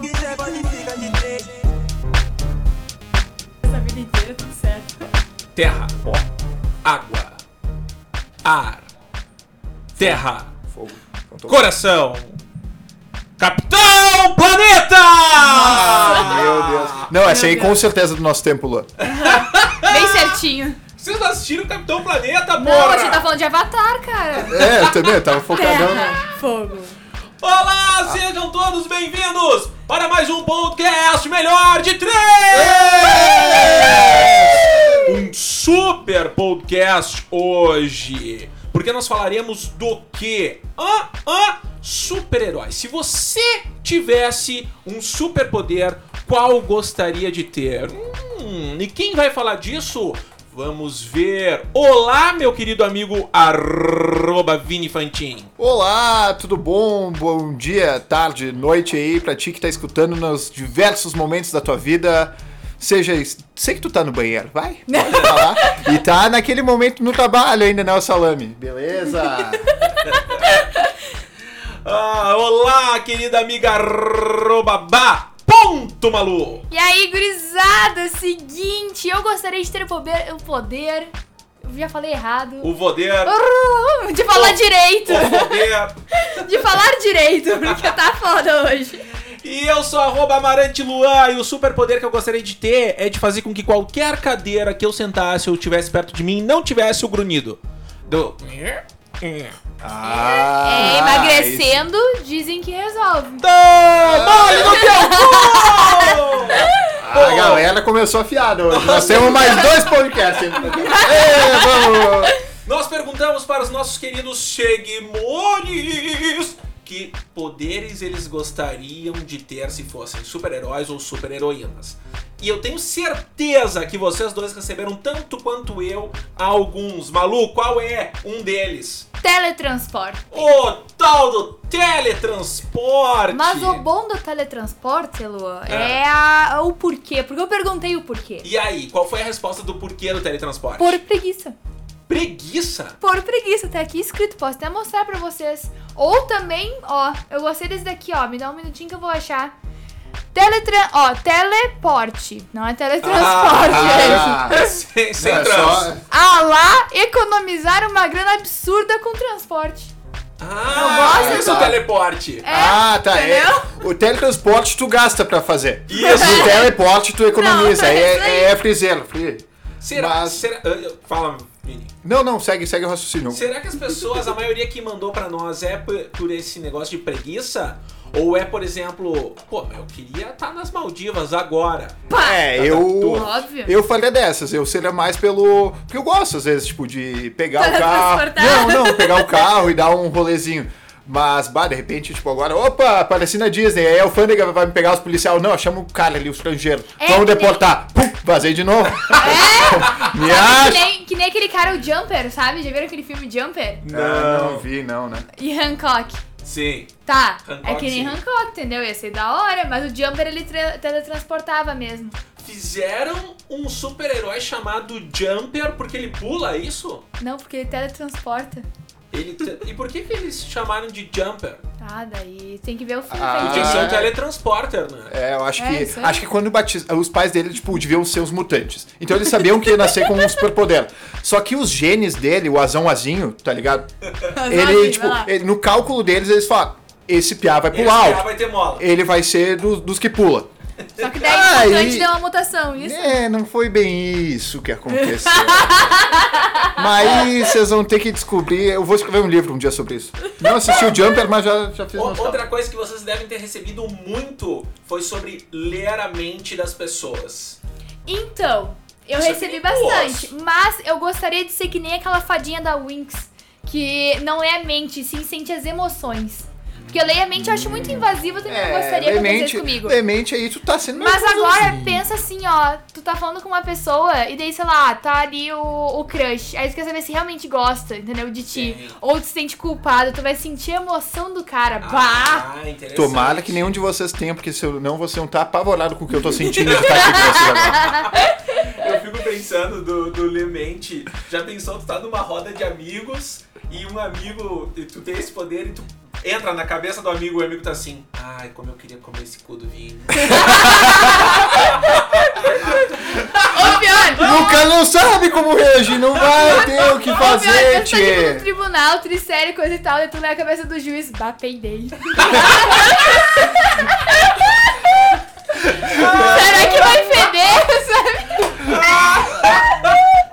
quiser, pode ficar de três. Essa vida inteira, tudo certo. Terra. Água. Ar. Terra. Fogo. Contou. Coração. Capitão Planeta! Meu Deus. Não, essa aí com certeza é do nosso tempo, Lua. Bem certinho. Vocês não assistiram Capitão Planeta, porra! Não, a gente tá falando de Avatar, cara. É, eu também, eu tava focadão. né? fogo. Olá, sejam todos bem-vindos para mais um podcast melhor de três! É! Um super podcast hoje, porque nós falaremos do que? Ah, ah, super-herói. Se você tivesse um superpoder, qual gostaria de ter? Hum, e quem vai falar disso? Vamos ver. Olá, meu querido amigo arroba Vini Fantin. Olá, tudo bom? Bom dia, tarde, noite aí pra ti que tá escutando nos diversos momentos da tua vida. Seja isso. Sei que tu tá no banheiro, vai? Pode falar. E tá naquele momento no trabalho ainda, né, o salame? Beleza? Ah, olá, querida amiga Robabá. Ponto, Malu. E aí, gurizada, é seguinte, eu gostaria de ter o poder. O poder eu já falei errado. Uh, O poder, De falar direito. o poder. De falar direito, porque tá foda hoje. E eu sou arroba Amarante Luan e o superpoder que eu gostaria de ter é de fazer com que qualquer cadeira que eu sentasse ou tivesse perto de mim não tivesse o grunhido. Do... Ah, é, emagrecendo, dizem que resolve. Dá mole no teu cu! A galera começou afiada hoje. Nós temos mais dois podcasts. Ei, vamos! Nós perguntamos para os nossos queridos seguimores que poderes eles gostariam de ter se fossem super-heróis ou super-heroínas. E eu tenho certeza que vocês dois receberam tanto quanto eu alguns. Malu, qual é um deles? Teletransporte. O tal do teletransporte! Mas o bom do teletransporte, Luan, é, a- o porquê. Porque eu perguntei o porquê. E aí, qual foi a resposta do porquê do teletransporte? Por preguiça. Preguiça! Por preguiça, tá aqui escrito, posso até mostrar pra vocês. Ou também, ó, eu gostei desse daqui, ó, me dá um minutinho que eu vou achar. Teletran... Ó, teleporte, não é teletransporte, gente. Ah, sem sem é trans. só- Ah lá, economizar uma grana absurda com transporte. Ah, Eu gosto isso é o do- teleporte! É, Ah, tá. é. entendeu? O teletransporte tu gasta pra fazer. Isso. O teleporte tu economiza. Não, é, é isso aí. é, é friseiro. fri- Será, Mas- será ah, Fala, Vini. Não, não, segue, segue o raciocínio. Será que as pessoas, a maioria que mandou pra nós é por, por esse negócio de preguiça? Ou é, por exemplo, pô, mas eu queria estar nas Maldivas agora. É, eu. Óbvio. Eu faria dessas, eu seria mais pelo. Porque eu gosto, às vezes, tipo, de pegar o carro. Teletransportar. Não, não, pegar o carro e dar um rolezinho. Mas, bah, de repente, tipo, agora, opa, apareci na Disney, aí a alfândega vai me pegar os policiais. Não, chama o cara ali, o estrangeiro. É Vamos que nem- deportar. Pum, vazei de novo. Me é. Sabe que acha. nem, que nem aquele cara, o Jumper, sabe? Já viram aquele filme Jumper? Ah, não vi, não, né? E Hancock. Sim. Tá, é Hancock, que nem sim. Hancock, entendeu? Ia ser da hora, mas o Jumper ele tra- teletransportava mesmo. Fizeram um super-herói chamado Jumper porque ele pula é isso? Não, porque ele teletransporta. Ele te- e por que, que eles chamaram de Jumper? Ah, daí tem que ver o filme Ah, pra Podia ser entender. um teletransporter, né? É, eu acho É, que. isso aí. Acho que quando batiz... os pais dele, tipo, deviam ser os mutantes. Então eles sabiam que ia nascer com um superpoder. Só que os genes dele, o azão azinho, tá ligado? Mas vai, Ele, vai tipo, lá. ele- no cálculo deles, eles falam: esse piá vai Esse pular cara alto. vai ter mola. Ele vai ser do- dos que pula. Só que daí Ah, o mutante e- deu uma mutação, isso? É, não foi bem isso que aconteceu. mas vocês vão ter que descobrir. Eu vou escrever um livro um dia sobre isso. Não assisti o Jumper, mas já, já fiz O- uma outra coisa que vocês devem ter recebido muito foi sobre ler a mente das pessoas. Então, eu Isso é recebi perigoso. bastante, mas eu gostaria de ser que nem aquela fadinha da Winx, que não é a mente, sim sente as emoções. Porque eu leio a mente, eu acho muito invasivo, eu também não gostaria que acontecesse comigo. É, Lemente aí, tu tá sendo meio Mas agora cuzãozinho. pensa assim, ó, tu tá falando com uma pessoa e daí, sei lá, tá ali o, o crush. Aí tu quer saber se realmente gosta, entendeu? De ti. Sim. Ou tu se sente culpado, tu vai sentir a emoção do cara. Bah! Ah, interessante. Tomara que nenhum de vocês tenha, porque se eu não, vocês vão estar apavorado com o que eu tô sentindo de estar aqui com vocês agora. um- Eu fico pensando do, do Lemente. Já pensou, tu tá numa roda de amigos e um amigo, e tu tem esse poder e tu entra na cabeça do amigo, o amigo tá assim, ai, como eu queria comer esse cu do vinho. Ou pior, O cara não sabe como reagir, não vai ter o que ou pior, fazer, você tá tipo, no tchê. tribunal, trissérie, coisa e tal, daí tu lê a cabeça do juiz, batei dele. Será que vai feder? Sabe?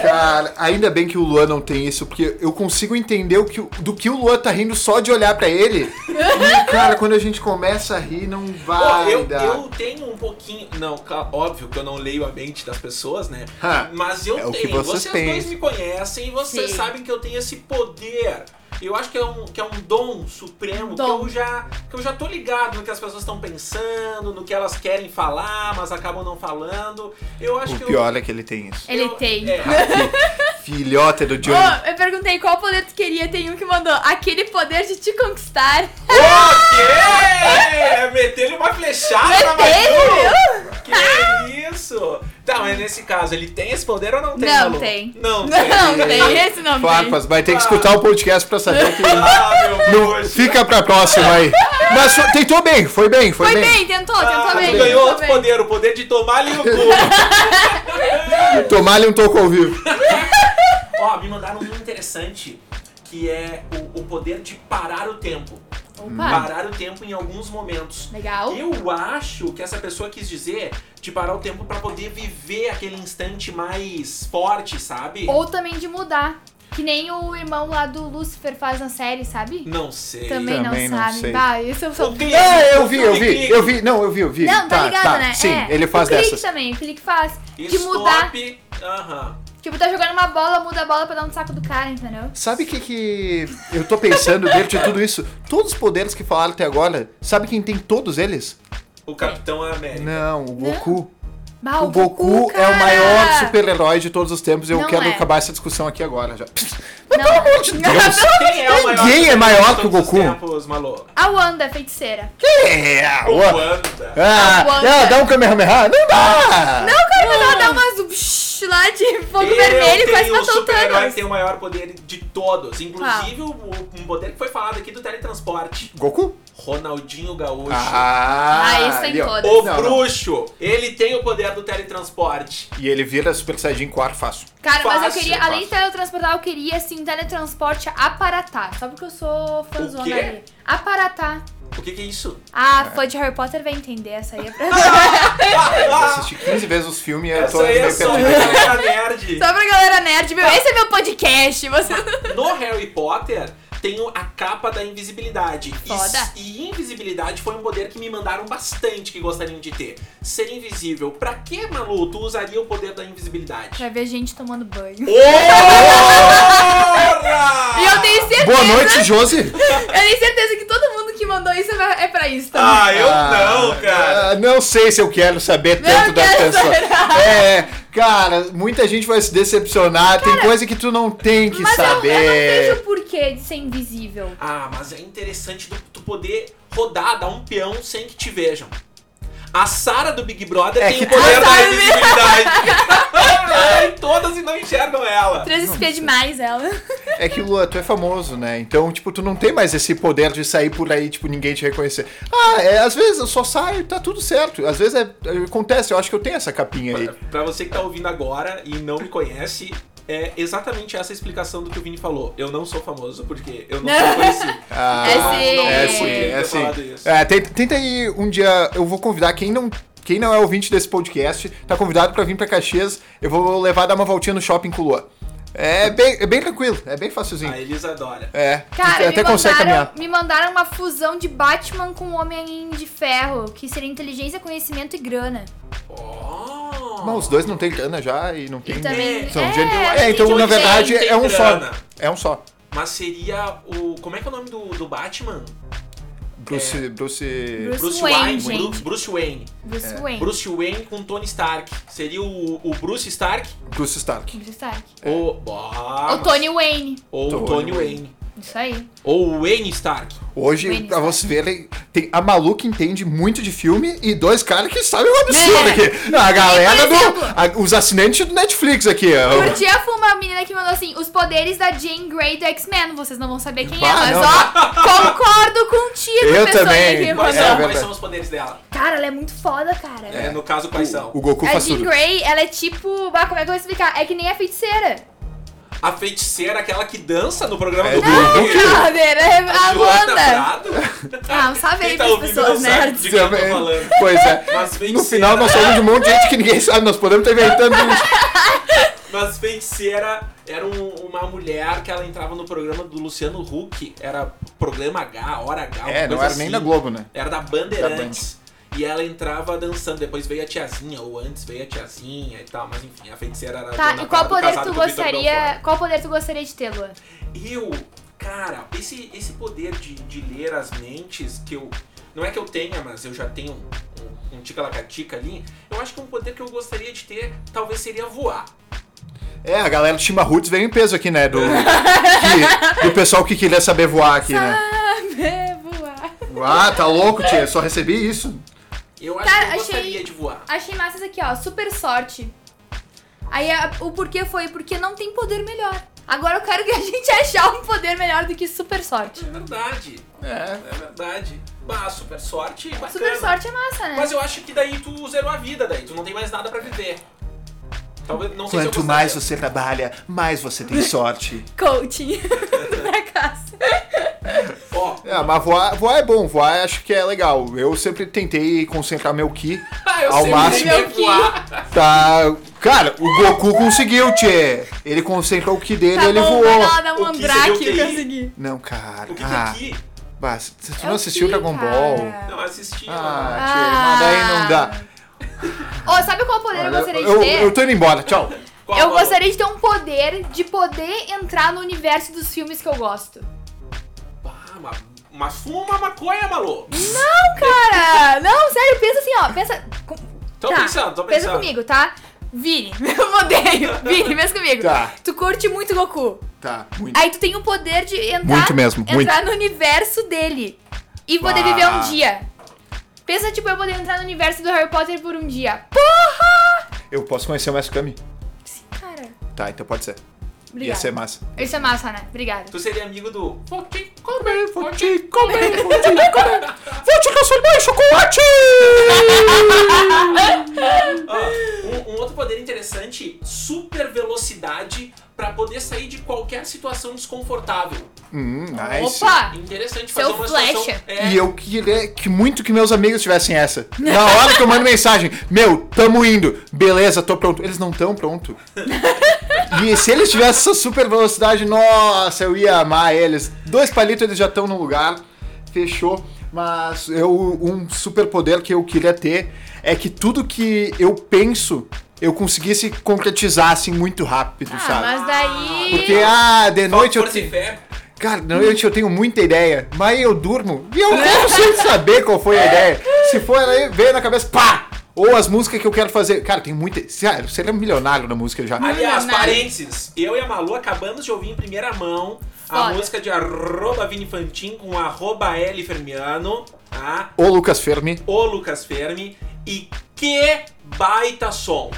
Cara, ainda bem que o Luan não tem isso, porque eu consigo entender o que, o- do que o Luan tá rindo só de olhar pra ele. E, cara, quando a gente começa a rir, não Ó, vai eu, dar. eu tenho um pouquinho. Não, ca- óbvio que eu não leio a mente das pessoas, né? Ha, Mas eu é o que tenho. vocês vocês têm. dois me conhecem e vocês Sim. sabem que eu tenho esse poder. Eu acho que é um, que é um dom supremo, Dom. Que, eu já, que eu já tô ligado no que as pessoas estão pensando, no que elas querem falar, mas acabam não falando. Eu acho O que pior é que ele tem isso. eu. Ele eu- tem. é. Filhota do Johnny. Ô, eu perguntei qual poder tu queria, tem um que mandou, aquele poder de te conquistar. É, meter-lhe uma flechada na Maju! Que isso? Tá, mas nesse caso, ele tem esse poder ou não tem? Não Malu? tem. Não, Não tem, esse não tem. Farpas, vai ter que escutar o podcast pra saber que Ah, meu não, Deus. fica pra próxima aí. Mas só- tentou bem, foi bem, foi, Foi bem. bem, tentou, Ah, tentou bem. tu ganhou tentou outro bem. poder, o poder de tomar-lhe o cu. Tomar-lhe um toco ao vivo. Ó, me mandaram um interessante, que é o, o poder de parar o tempo. Opa, Parar o tempo em alguns momentos. legal. Eu acho que essa pessoa quis dizer de parar o tempo pra poder viver aquele instante mais forte, sabe? Ou também de mudar. Que nem o irmão lá do Lucifer faz na série, sabe? Não sei. Também, Também não, não sabe. sei. Bah, isso eu sou. O clique, É, eu vi, o eu vi, clique, eu vi. Não, eu vi, eu vi. Não, tá ligado, né? Sim, é. ele faz o clique dessas. também, o clique faz. De stop, mudar. Aham. Tipo, tá jogando uma bola, muda a bola pra dar um saco do cara, entendeu? Sabe o que, que eu tô pensando dentro de tudo isso? Todos os poderes que falaram até agora, sabe quem tem todos eles? O Capitão é América. Não, o Goku. Bah, O Goku é Ah, cara. o maior super-herói de todos os tempos. Eu Não quero é. acabar essa discussão aqui agora já. Não. Quem é o maior Ninguém é super-herói maior de que o todos os Goku. Tempos, Malu? A Wanda é feiticeira. É, O o- Wanda. Ah, A Wanda. não, dá um Kamehameha? Não dá! Não, cara, mas ela dá umas psh, lá de fogo Eu vermelho e quase tenho o matou o super-herói que Thanos. tem o maior poder de todos. Inclusive, o, um poder que foi falado aqui do teletransporte. Goku? Ronaldinho Gaúcho. Ah, Ah, isso tem ali, ó. todas. O Não, não. bruxo, ele tem o poder do teletransporte. E ele vira Super Saiyajin 4 fácil. Cara, mas Fácil, eu queria, além fácil. de teletransportar, eu queria, assim, teletransporte aparatar. Só porque eu sou O fãzona quê? ali. Aparatar. O que, que é isso? Ah, fã de Harry Potter vai entender essa aí. É pra... Eu Ah, assisti 15 vezes os filmes e eu essa tô aí é meio só perdido. galera nerd. Só pra galera nerd, Tá. meu. Esse é meu podcast. Você... No Harry Potter tem o- a capa da invisibilidade. E Foda. s- E, invisibilidade foi um poder que me mandaram bastante que gostariam de ter. Ser invisível. Pra que, Malu, tu usaria o poder da invisibilidade? Pra ver gente tomando banho. Porra! E eu tenho certeza. Boa noite, Josi. Eu tenho certeza que todo mundo que mandou isso é pra- é pra isso também. Ah, eu não, cara. Ah, não sei se eu quero saber Não tanto da quero pessoa. saber. É, cara, muita gente vai se decepcionar. tem coisa que tu não tem que mas eu- eu, não saber. vejo o porquê de ser invisível. Ah, mas é interessante do- tu poder rodar, dar um peão sem que te vejam. A Sara do Big Brother É tem que o poder da tu- A Sarah- invisibilidade. E Todas e não enxergam ela. Transespia demais ela. É que, Lua, tu é famoso, né? Então, tipo, tu não tem mais esse poder de sair por aí, tipo, ninguém te reconhecer. Ah, é, às vezes eu só saio e tá tudo certo. Às vezes é- acontece, eu acho que eu tenho essa capinha aí. Pra- Pra você que tá ouvindo agora e não me conhece, é exatamente essa a explicação do que o Vini falou. Eu não sou famoso porque eu não sou conhecido. Ah, É Então, sim. não É podia sim, ter é sim. falado isso. É, tenta, tenta aí um dia, eu vou convidar quem não, quem não é ouvinte desse podcast, tá convidado pra vir pra Caxias, eu vou levar dar uma voltinha no shopping com o Luan. É bem, é bem tranquilo, é bem facilzinho. A Elisa adora. É, tu Cara, até me consegue mandaram, caminhar. me mandaram uma fusão de Batman com um Homem de Ferro, que seria inteligência, conhecimento e grana. Oh. Mas os dois não tem grana já e não tem... E também. São é, gente- eu acho é, que então tem na gente. verdade tem é um só. grana. É um só. Mas seria o. Como é que é o nome do, do Batman? Bruce, É. Bruce... Bruce Bru- Wayne, Bruce, gente. Wayne. Bruce Wayne. Bruce, Bruce Wayne com Tony Stark. Seria o, o Bruce Stark? Bruce Stark. Stark. Ou. Ah, Ou Tony Wayne. Ou o É. Tony Tony Wayne. Wayne. Isso aí. Ou Wayne Stark. Hoje, Wayne pra Stark. você ver, ele- tem a Malu que entende muito de filme e dois caras que sabem um absurdo É. aqui. A galera por do. exemplo- a- os assinantes do Netflix aqui. ó. Curti a fuma, a menina que mandou assim: os poderes da Jane Grey do X-Men. Vocês não vão saber quem Bah, é, mas não. ó, concordo contigo, Eu pessoa também. que mandou. Quais, É são, verdade. quais são os poderes dela? Cara, ela é muito foda, cara. É, no caso, quais são? O Goku A faz Jean tudo. Grey, ela é tipo. Bah, como é que eu vou explicar? É que nem a feiticeira. A feiticeira, aquela que dança no programa É, do do Gugu. Brincadeira, é a Joana Wanda. Prado? Ah, salve aí Quem tá pras ouvindo pessoas não sabe nerds. de quem eu tô falando. Pois é. Mas No feiticeira- final nós falamos de um monte de gente que ninguém sabe, nós podemos um estar inventando isso. Mas feiticeira era um- uma mulher que ela entrava no programa do Luciano Huck. Era programa H, hora H. uma É, não coisa era nem assim. da Globo, né? Era da Bandeirantes. E ela entrava dançando, depois veio a tiazinha, ou antes veio a tiazinha e tal, mas enfim, a feiticeira era a Tá, Dona e qual Prado, poder casada tu com o Vitor gostaria. Qual poder tu gostaria de ter, Luan? Eu, cara, esse, esse poder de, de ler as mentes que eu. Não é que eu tenha, mas eu já tenho um, um, um tica-lacatica ali. Eu acho que um poder que eu gostaria de ter talvez seria voar. É, a galera do Chima Roots veio em peso aqui, né? Do, que- do pessoal que queria saber voar aqui, né? voar. Ah, tá louco, tia. Só recebi isso. Eu acho Cara, que eu Tá, achei- gostaria de voar. Achei massa isso aqui, ó. Super sorte. Aí a- o porquê foi porque não tem poder melhor. Agora eu quero que a gente achar um poder melhor do que super sorte. É verdade, É. é verdade. Bah, super sorte, bacana. Super sorte é massa, né? Mas eu acho que daí tu zerou a vida, daí tu não tem mais nada pra viver. Talvez não sei se eu Quanto mais gostaria. você trabalha, mais você tem sorte. Coaching do fracasso. Ó, É, mas voar, voar é bom, voar acho que é legal. Eu sempre tentei concentrar meu ki ah, eu ao sei máximo. que voar. Tá. Cara, o Goku conseguiu, tchê. Ele concentrou o ki dele Tá e ele bom, vai voou. lá dar O um que seria o Andrake e QI? conseguir. Não, cara. O que Ah, que aqui? bah, se se tu É não o assistiu Ki, Dragon cara. Ball. Não assisti. Ah, Ah. tchê, mas daí não dá. Ô, sabe qual poder eu gostaria de eu, ter? eu tô indo embora, tchau. não. Qual Eu valor? gostaria de ter um poder de poder entrar no universo dos filmes que eu gosto. Pá, mas, mas Ah, fuma uma maconha, maluco. Não, cara! Não, sério, pensa assim, ó. Pensa. com- Tá, Tô pensando, tô Pensa pensando. comigo, tá? Vini, eu odeio. Vini, pensa comigo. Tá. Tu curte muito Goku. Tá, muito. Aí tu tem o poder de entrar, Muito mesmo, entrar no universo dele e poder Ah. viver um dia. Pensa, tipo, eu poder entrar no universo do Harry Potter por um dia. Porra! Eu posso conhecer o Mestre Kami? Sim, cara. Tá, então pode ser. Ia Obrigada. ser massa. Isso é massa, né? Obrigada. Tu seria amigo do. Vou te comer, vou te comer, vou te comer. Vou te transformar em chocolate! Ah, um, um outro poder interessante: super velocidade pra poder sair de qualquer situação desconfortável. Hum, nice. é Opa! Interessante fazer Tá. Seu uma flecha. situação. É, E eu queria que muito que meus amigos tivessem essa. Na hora que eu mando mensagem, meu, tamo indo. Beleza, tô pronto. Eles não tão pronto. E se eles tivessem essa super velocidade, nossa, eu ia amar eles. Dois palitos eles já estão no lugar. Fechou. Mas eu um super poder que eu queria ter é que tudo que eu penso, eu conseguisse concretizar assim muito rápido, Ah, sabe? mas daí. Porque ah, de noite eu força e fé. Cara, não, eu, eu tenho muita ideia, mas eu durmo e eu não sei saber qual foi a ideia. Se for, ela aí, veio na cabeça, pá! Ou as músicas que eu quero fazer. Cara, tem muita. Sério, você é um milionário na música já. Aliás, Milionário. parênteses, eu e a Malu acabamos de ouvir em primeira mão a Foda. música de arroba Vini Fantin com arroba L Fermiano, tá? Ô, Lucas Fermi. O Lucas Fermi. E que baita som!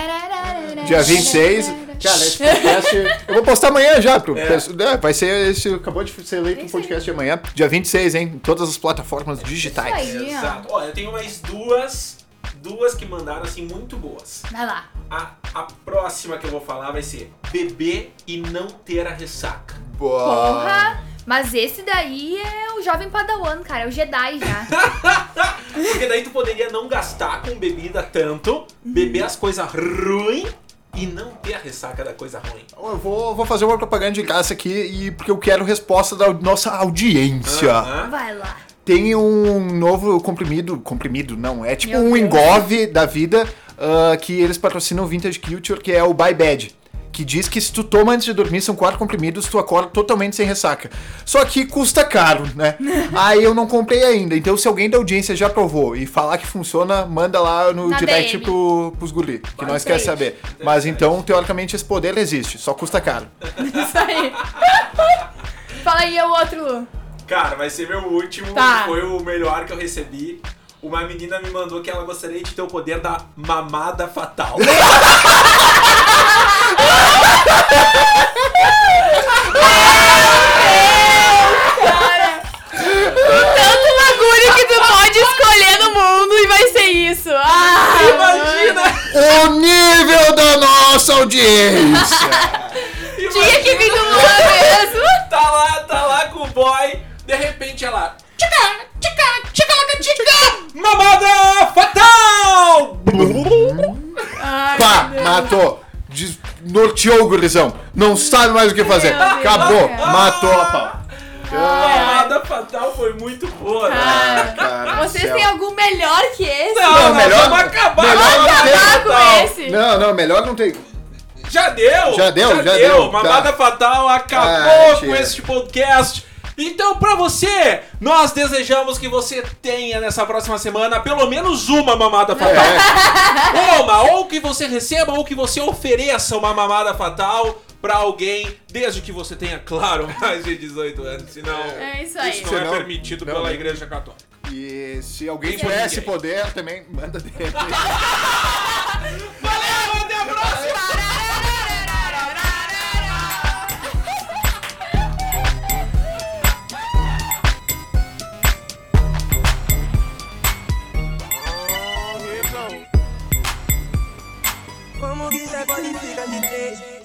Pararararara. Dia 26. Cara, esse podcast. Eu vou postar amanhã já, pro. É. pessoal. É, vai ser esse. Acabou de ser eleito É o isso aí. podcast de amanhã. Dia 26, hein? Em todas as plataformas digitais. isso aí. Exato. Ó, eu tenho mais duas, duas que mandaram assim muito boas. Vai lá. A, a próxima que eu vou falar vai ser beber e não ter a ressaca. Boa. Porra! Mas esse daí é o jovem padawan, cara. É o Jedi já. Porque daí tu poderia não gastar com bebida tanto, beber as coisas ruins e não ter a ressaca da coisa ruim. Eu vou, vou fazer uma propaganda de graça aqui e porque eu quero resposta da nossa audiência. Aham. Vai lá. tem um novo comprimido, comprimido não, é tipo Meu um Deus. engove da vida ah, que eles patrocinam o Vintage Culture, que é o Buy Bad. Que diz que se tu toma antes de dormir, são quatro comprimidos, tu acorda totalmente sem ressaca. Só que custa caro, né? Aí eu não comprei ainda. Então, se alguém da audiência já provou e falar que funciona, manda lá no Na direct DM. pro, pros guri, que nós quer saber. Mas então, teoricamente, esse poder existe, só custa caro. Isso aí. Fala aí é o outro, Lu. Cara, vai ser meu último. Tá. Foi o melhor que eu recebi. Uma menina me mandou que ela gostaria de ter o poder da mamada fatal. Cara, tanto bagulho que tu pode escolher no mundo e vai ser isso. Ah, Imagina! O nível da nossa audiência! Tinha que Imagina. vir do Luan mesmo. Tá lá, tá lá com o boy. De repente ela. Tchica, tchica, tchica, laca, tchica! Mamada fatal! Ai, Pá, meu Deus. matou! Des- Norteou o gurizão! Não sabe mais o que fazer! Meu Deus, Acabou! cara. Matou a pau! Mamada fatal foi muito boa, né? Cara, Cara do Ah, vocês céu. têm algum melhor que esse? é Não, Não, não, melhor- vamos acabar melhor com a não mamada tem. Acabar fatal. com esse. Não, não, melhor não tem. Já deu! Já deu, já deu, Mamada tá. Fatal acabou Ah, com tira. este podcast. Então, pra você, nós desejamos que você tenha nessa próxima semana pelo menos uma mamada fatal. É, Uma, ou que você receba, ou que você ofereça uma mamada fatal pra alguém, desde que você tenha, claro, mais de 18 anos. Senão, É isso aí. não é Senão- permitido não, pela né? Igreja Católica. e se alguém Ninguém. tiver esse poder também, manda dele. Valeu, até a próxima! Como quiser pode ficar de três.